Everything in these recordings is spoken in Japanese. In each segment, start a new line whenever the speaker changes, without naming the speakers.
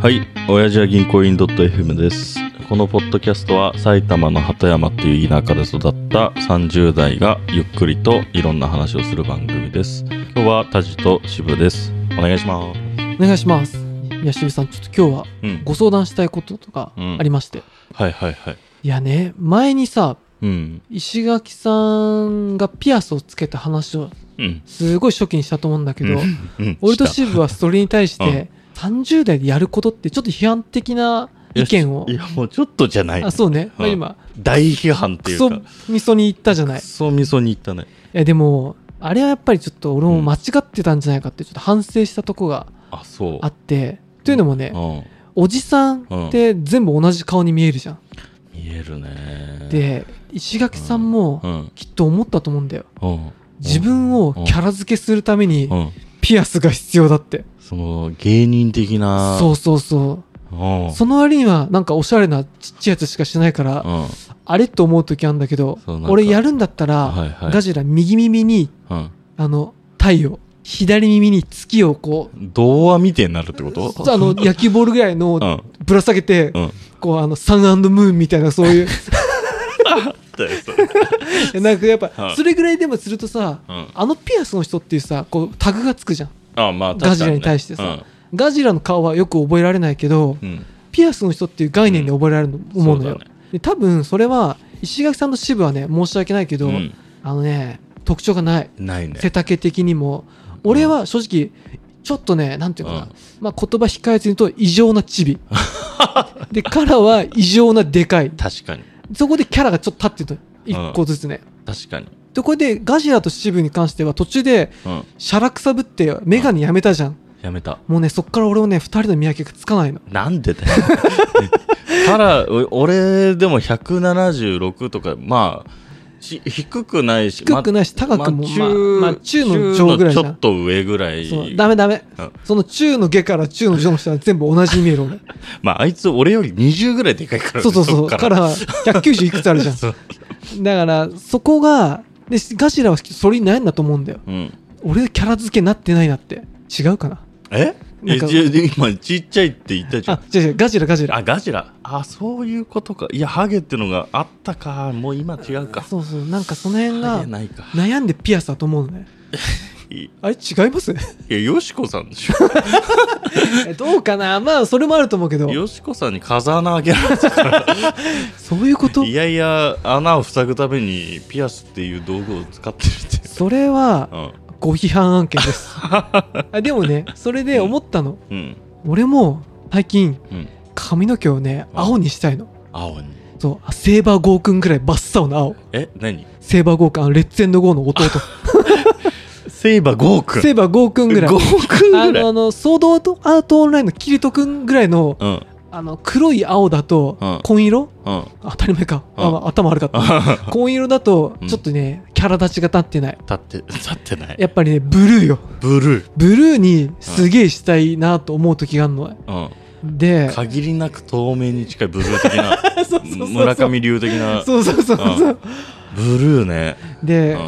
はい、親父は銀行員 .fm です。このポッドキャストは埼玉の鳩山っていう田舎で育った30代がゆっくりといろんな話をする番組です。今日はタジと渋です。お願いします。
お願いします。いや、しぶさん、ちょっと今日は
うん。
ご相談したいこととか
うん
ありまして。
はいはいはい。
いやね、前にさ、
うん。
石垣さんがピアスをつけた話を
うん。
すごい初期にしたと思うんだけど、
うん、
俺と
した
渋はそれに対して、30代でやることってちょっと批判的な意見を
い、や、もうちょっとじゃない
あ。そうね、まあ、
うん
今、
大批判って
ク
いう
ソ
か。
みそに言ったじゃない。
ク
い
ソみそに言ったね。
や、でも、あれはやっぱりちょっと俺も間違ってたんじゃないかって、ちょっと反省したとこが
あ、そう。
あって、というのもね、
うん。
おじさんって全部同じ顔に見えるじゃん。
見えるね。、
で石垣さん
う
も
ん。
きっと思ったと思うんだよ
うん。
自分をキャラ付けするために
うん。
ピアスが必要だって
その、芸人的な。。
そうそうそううんその割にはなんかおしゃれなちっちゃいやつしかしてないから
うん。
あれと思う時あるんだけど
そうなんか
俺やるんだったら
はいはい
ガジラ右耳に
うん。
あの太陽左耳に月をこう
童話みてえになるってこと
あの野球ボールぐらいの
うん。
ぶら下げて
うん。
こうあのサンムーンみたいなそう いう
だよ、それ。
なんかやっ
は
ぱ
い
それぐらいでもするとさ
うん。
あのピアスの人っていうさこうタグがつくじゃん
あ、まあ、確かね
ガジラに対してさ。ガジラの顔はよく覚えられないけど、
うん。うん
ピアスの人っていう概念で覚えられると思うのよ、
そだね
で多分それは石垣さんの支部はね申し訳ないけど、
うん
あのね特徴がない
ないね。
背丈的にも俺は正直ちょっとねなんていうかな、
うん
まあ、言葉控えずに言うと異常 なチビでカラは異常なでかい
確かに。
そこでキャラがちょっと立ってるの一個ずつね、
確かに。
でこれでガジラと支部に関しては途中で
うん。
シャラくさぶってメガネやめたじゃん、
やめた。
もうねそっから俺もね2人の見分けがつかないの
なんでだよ。 ただ、お俺、でも176とか、まあ、し低くないし、
低く
ま
ないし高くも、
まあ
まあまあ、中の
中
上ぐらい
ち
じゃ
ょっ
ん
と上ぐらい。
そうダメダメ、
うん
その中の下から中の上の下は全部同じに見 える俺
まあ、あいつ、俺より20ぐらいでかいからね
そうそうそ
そっ
う
か。
からら190いくつあるじゃ
そうん
だからそこがでガジラはそれに悩んだと思うんだよ
うん。
俺キャラ付けなってないなって違うかな
え
なんか
えじゃあ今ちっちゃいって言ったじゃん
あ違う違うガジラガジラ
あガジラあそういうことかいやハゲってのがあったかもう今違うか
そうそうなんかその辺
ハ
が
ゲないか
悩んでピアスだと思うのね
い
あれ違います
やよしこさんでし
えどうかなまあそれもあると思うけど
ょよしこさんに風穴開けられて
そういうこと
いやいや穴を塞ぐためにピアスっていう道具を使ってるって
それは
うん
ご批判案件です あでもねそれで思ったの、
うん
俺も最近
うん
髪の毛をね
あ
青にしたいの
青に
そうセーバーゴーくんぐらいバッサオな青
え何
セーバーゴーくんあのレッツエンドゴーの弟
セイバー5くん
セーバーゴーくんぐらい
ゴーくん
あ
ぐら
の
い
あのソードアートオンラインのキリトくんぐらいの
うんうん
あの黒い青だ
うん
と紺色、
あ
当たり前か、
うん
あまあ頭悪かった 紺色だと
うん
ちょっとね、キャラ立ちが立ってない
立って立ってない
やっぱりねブルーよ
ブルー
ブルーにすげえしたいなと思う時があるの
うん
で
限りなく透明に近いブルー的な
そうそうそうそう
村上流的な
そうそうそうそうう
ブ
ん
ルーね、
で、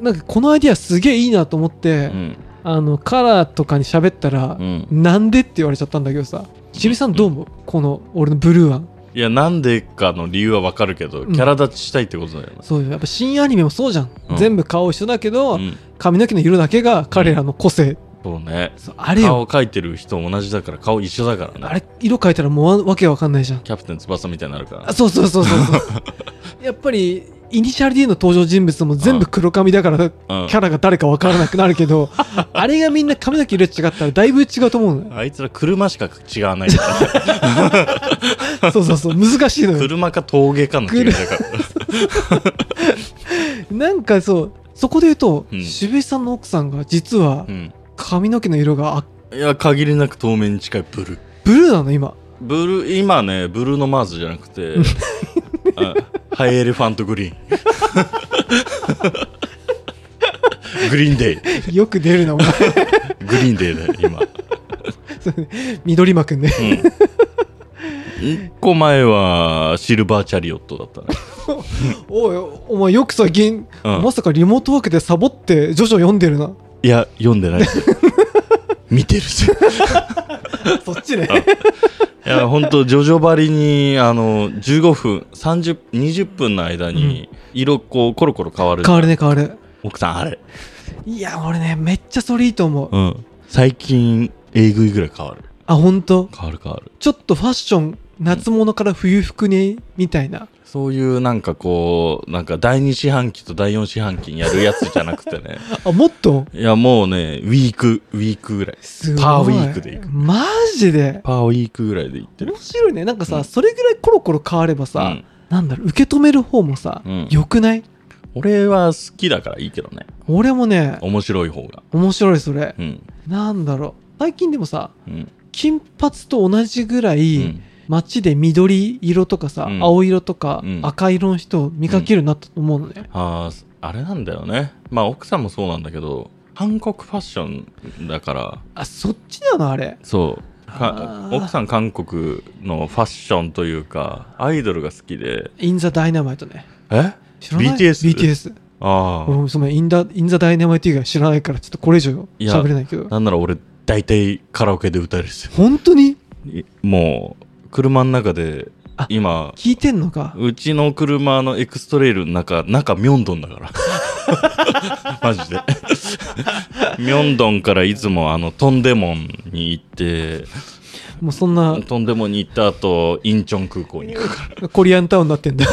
なんかこのアイディアすげえいいなと思って、
うん
あのカラーとかに喋ったら
う、ん
なんでって言われちゃったんだけどさちびさんどう思う、この俺のブルー案
いやなんでかの理由はわかるけど
ん
キャラ立ちしたいってことだよね、
そういうやっぱ新アニメもそうじゃん、
うん
全部顔一緒だけ
う
ど、
ん
髪の毛の色だけが彼らの個性、
そうね
そうあれよ
顔描いてる人同じだから顔一緒だからね
あれ色変えたらもうわけわかんないじゃん
キャプテン翼みたいになるから
あそうそうそうそうそう やっぱりイニシャル D の登場人物も全部黒髪だから
うん
キャラが誰かわからなくなる けど、あれがみんな髪の毛色違ったらだいぶ違うと 思うのよ
あいつら車しか違わ ないからね
そうそうそう難しいのよ
車か峠かの違いだから
なんかそうそこで言うと、
うん
渋井さんの奥さんが実は
うん
髪の毛の色があ
いや限りなく透明に近いブルー
ブルーなの今
ブルー今ねブルーのマーズじゃなく てあハイエレファント グリーングリーンデイ
よく出るなお前
グリーンデーで今
緑幕ね
1個前はシルバーチャリオットだったね
おいお前よくさ銀、
うん
まさかリモートワークでサボってジョジョ読んでるない
や読んでないです見てるぜ
そっちね
いや本当ジョジョばりにあの15分30 20分の間に色こうコロコロ変わる、
変わるね変わる
奥さんあれ、
いや俺ねめっちゃそれいいと思う、
うん、最近えぐいぐらい変わる
あ本当
変わる変わる
ちょっとファッション夏物から冬服にみたいな
そういうなんかこうなんか第二四半期と第四四半期にやるやつじゃなくて ね
あもっと
いやもうねウィークウィークぐらい
すごい
パーウィークでいく
マジで
パーウィークぐらいでいってる
面白いねなんかさ、
うん
それぐらいコロコロ変わればさ、
うん
なんだろう受け止める方もさ、
うん
よくない
俺は好きだからいいけどね
俺もね
面白い方が
面白いそれ、
うん
なんだろう最近でもさ
うん
金髪と同じぐらい、
うん
街で緑色とかさ、
うん
青色とか、
うん
赤色の人を見かけるようになったと思うのね、
あーあれなんだよねまあ奥さんもそうなんだけど韓国ファッションだから
あそっちなのあれ
そう
あ
か
ー
奥さん韓国のファッションというかアイドルが好きで
インザダイナマイトね
え
知らない
BTS
BTS
あ
俺もそのインダインザダイナマイト以外知らないからちょっとこれ以上
いや
喋れないけど
あなんなら俺大体カラオケで歌えるですよ
本当に
いもう車の中で
あ
今
聞いてんのか
うちの車のエクストレイルの中中ミョンドンだから マジでミョンドンからいつもあのトンデモンに行って
もうそんな
とんでもに行った後インチョン空港に行くか
コリアンタウンになっ てんだ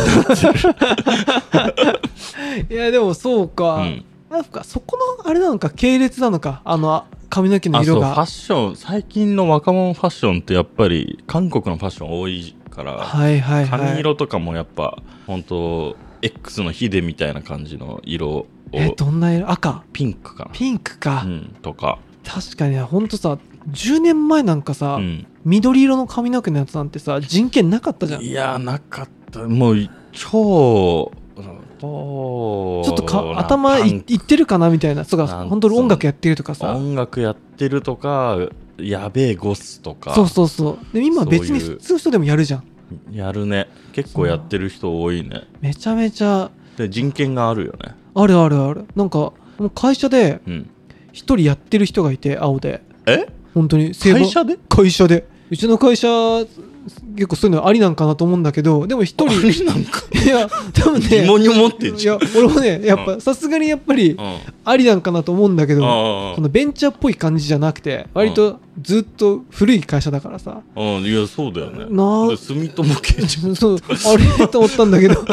いやでもそうか、
ら、うん、
なんかそこのあれなのか系列なのかあの髪の毛の
あそう
色
ファ
が
ッション最近の若者ファッションってやっぱり韓国のファッション多いから、
はいはいはい
髪色とかもやっぱ本当 X のヒデみたいな感じの色を
えどんな色赤
ピンクかな
ピンクか、
うん、とか、
確かにほんとさ10年前なんかさ、
うん、
緑色の髪の毛のやつなんてさ人権なかったじゃん
いやなかったもう超
ち
ょ
ょっとか頭いいってるかなみたいなそう
な
か
ん
本当に音楽やってるとかさ
音楽やってるとかやべえゴスとか
そうそうそうで今別に
そういう
普通の人でもやるじゃん
やるね結構やってる人多いね
めちゃめちゃ
で人権があるよね
あるあるあるなんかもう会社で
うん
一人やってる人がいて青で
え
本当に
会社で
会社でうちの会社結構そういうのありなんかなと思うんだけどでも一人
あれなんか
いや多分
疑
ね
問に思ってん
い
じゃん
や俺もねやっ
う
ぱさすがにやっぱり
うんあ
ありなんかなと思うんだけど
あ
そのベンチャーっぽい感じじゃなくて割とずっと古い会社だからさ
うんいやそうだよね
な
で住友系 じ
そうあれと思ったんだけ ど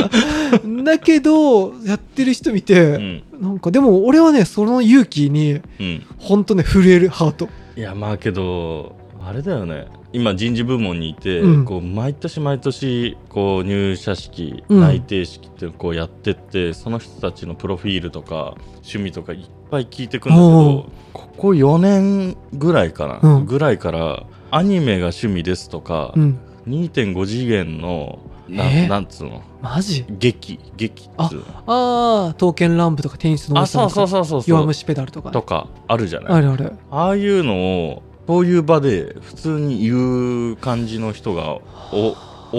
だけどやってる人見
ゃんう
て
ん
なんかでも俺はねその勇気に
うん
本当ね震えるハート
いやまあけどあれだよね今人事部門にいて、
うん
こう毎年毎年こう入社式、
うん
内定式っていうのをこうやってってその人たちのプロフィールとか趣味とかいっぱい聞いてくんだけ
お
どここ4年ぐらいかな、
うん
ぐらいからアニメが趣味ですとか、
うん
2.5次元のな,、
え
なんつうの
マジ
劇劇っつうの
ああ刀剣乱舞とかテニスの
あ
王子
そう
様と
そう
か
そうそう
弱虫ペダルとか
とかあるじゃない
あるある
ああいうのをそういう場で普通に言う感じの人がお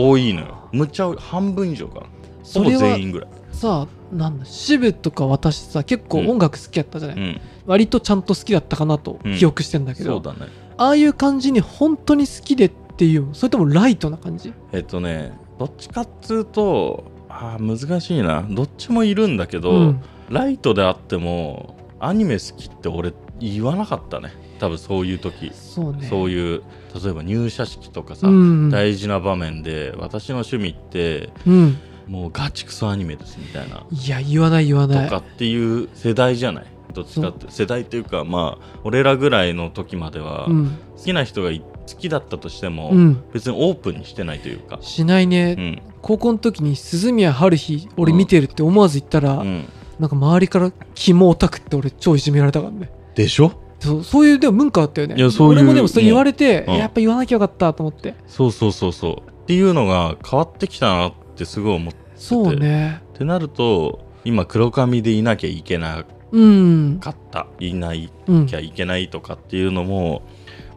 多いのよむっちゃ多い半分以上かなほ
そ
ぼ
れは
全員ぐらい、
さなんだ渋とか私さ結構音楽好きやったじゃない、
うん、
割とちゃんと好きだったかなと
うん
記憶してんだけど、
そうだね
ああいう感じに本当に好きでっていうそれともライトな感じ
えっとねどっちかっつうとあー難しいなどっちもいるんだけど、
うん
ライトであってもアニメ好きって俺言わなかったね多分そういう時、
そうね
そう
い
いう例えば入社式とかさ、
ん、
大事な場面で私の趣味って
うん、
もうガチクソアニメですみたいない
や言わない言わない
とかっていう世代じゃないどっちかって世代というかまあ俺らぐらいの時までは
うん、
好きな人がい好きだったとしても、
うん、
別にオープンにしてないというか、
しないね、
うん
高校の時に鈴宮春日俺見てるって思わず言ったら、
うん、
なんか周りからキモオタクって俺超いじめられたからね
でしょ
そうそういうでも文化あったよね
いやそういう
俺もでもそれ言われて、
うん
やっぱ言わなきゃよかったと思って
そうそうそうそうっていうのが変わってきたなってすごい思って
そうね
ってなると今黒髪でいなきゃいけな
うん、
かったいない
うん、
きゃいけないとかっていうのも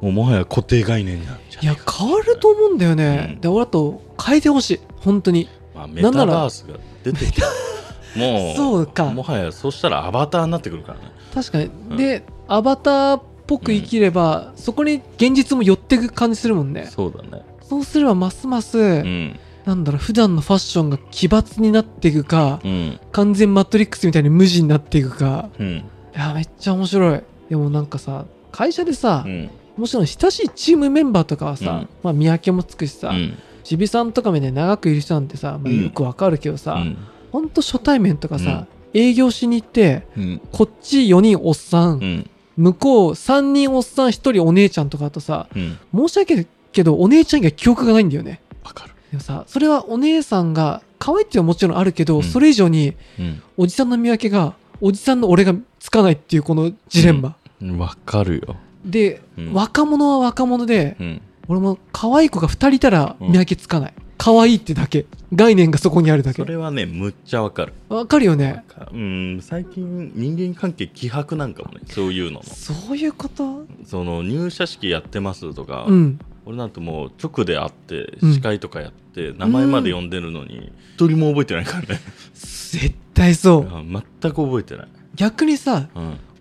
もうもはや固定概念なんじゃ
い
な
や
いか
変わると思うんだよね、
うん
で俺あと変えてほしい本当に
まあ、メタ
なんなら
バースが出てきたもう
そうか
もはやそうしたらアバターになってくるからね
確かに、
うん
でアバターっぽく生きれば、そこに現実も寄ってく感じするもんね
そうだね。
そうすればますます、
うん。
なんだろう普段のファッションが奇抜になっていくか、
うん。
完全マトリックスみたいに無地になっていくか
うん。
いやめっちゃ面白いでもなんかさ会社でさ、
うん。
もちろん親しいチームメンバーとかはさ、
うん
まあ見分けもつくしさ、
うん。
ちびさんとかみたいに長くいる人なんてさ、まあ、
うん
よくわかるけどさ、
うん
ほんと初対面とかさ、営業しに行って
うん。
こっち4人おっさん、
うん。
向こう3人おっさん1人お姉ちゃんとかだとさ
うん。
申し訳ないけどお姉ちゃんには記憶がないんだよね
わかる。
でもさそれはお姉さんが可愛いっていうのはもちろんあるけど、
うん
それ以上に
うん。
おじさんの見分けがおじさんの俺がつかないっていうこのジレンマ、
わかるよ。
で、
うん
若者は若者で、
うん。
俺も可愛い子が2人いたら見分けつかない、可愛いってだけ概念がそこにあるだけ
それはね、むっちゃわかる。
わかるよね
うん、最近人間関係希薄なんかもね、そういうのも。
そういうこと
その入社式やってますとか、
うん
俺なんてもう直で会って
うん
司会とかやって、名前まで呼んでるのに一人も覚えてないからね
絶対そ
う
う
ん全く覚えてない、
逆にさ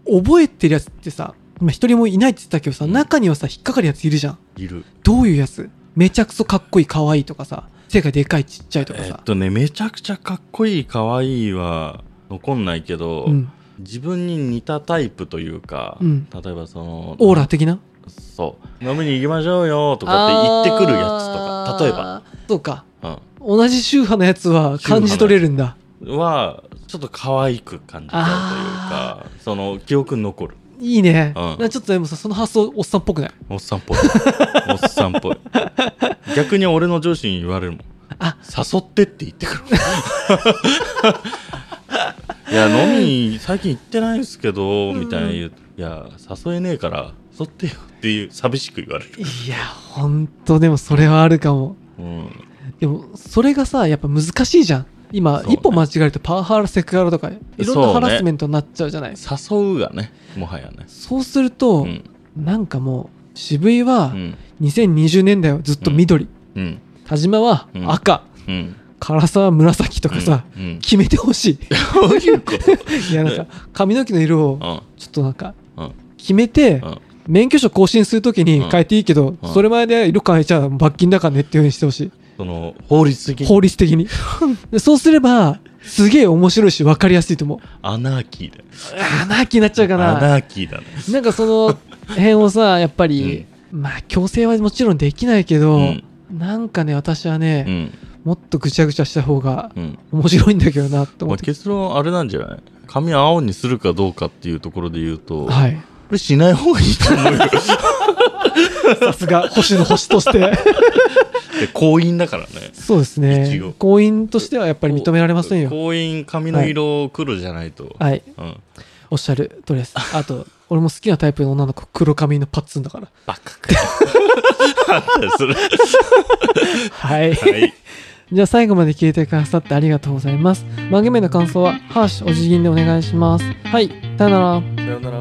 うん、
覚えてるやつってさまあ一人もいないって言ってたけどさ、
うん
中にはさ引っかかるやついるじゃん
いる
どういうやつめちゃくそかっこいい可愛いとかさ背がでかいちっちゃいとか
え
さ
っ、とねめちゃくちゃかっこいい可愛いは残んないけど、
うん
自分に似たタイプというか、
うん
例えばその
オーラ的な
そう飲みに行きましょうよとかって言ってくるやつとか例えば、
ばそうか同じ宗派のやつは感じ取れるんだ
うん、はちょっと可愛く感じたというかその記憶に残る
いいね、
うん
なんかちょっとでもさその発想おっさんっぽくない
おっさん っぽいおっさんっぽい逆に俺の上司に言われるもん
あ
誘ってって言ってくる いや飲み最近行ってないんすけどみたいな言う、いや誘えねえから誘ってよっていう寂しく言われる、
いやほんとでもそれはあるかも
うん、
でもそれがさやっぱ難しいじゃん今、
そうね
一歩間違えるとパワハラセクハラとかいろんな
そ
ハ
うね
ラスメントになっちゃうじゃないそう,、
誘うがねもはやね
すると、
うん
なんかもう渋井は
うん
2020年代はずっと緑、
うん
田島は赤、
うん
唐沢は紫とかさ、
うんうん
決めてほ し
どういうこと
いいやなんか髪の毛の色をちょっとなんか
うんうん
決めて
うん
免許証更新するときに変えていいけど、
うん
それまで色変えちゃ罰金だからねっていうふうにしてほし
その法律的
い
に
法 律的にでそうすればすげえ面白いし分かりやすいと思う
アナーキーだよ
アナーキーになっちゃうか
ア
な
ナーキーだね
なんかその辺をさやっぱり、まあ強制はもちろんできないけど、
うん
なんかね私は
う
ね、
ん
もっとぐちゃぐちゃした方が
うん
面白いんだけどなと
ま
思っ
あ、
て、
結論あれなんじゃない髪青にするかどうかっていうところで言うと、こ
はい
れしない方がいいと思うよだ
さすが星の星とし て
って婚姻だからね
そうです
一
ね
応
婚姻としてはやっぱり認められませんよ
婚姻髪の色黒じゃないと、
はい
うん、
おっしゃるとりです。あと、俺も好きなタイプの女の子、黒髪のパッツンだから。
バカかよあんたそれは
はい。
い
じゃあ最後まで聞いてくださってありがとうございます。番組への感想は、ハーシュお辞儀でお願いします。はい、さよなら。
さよなら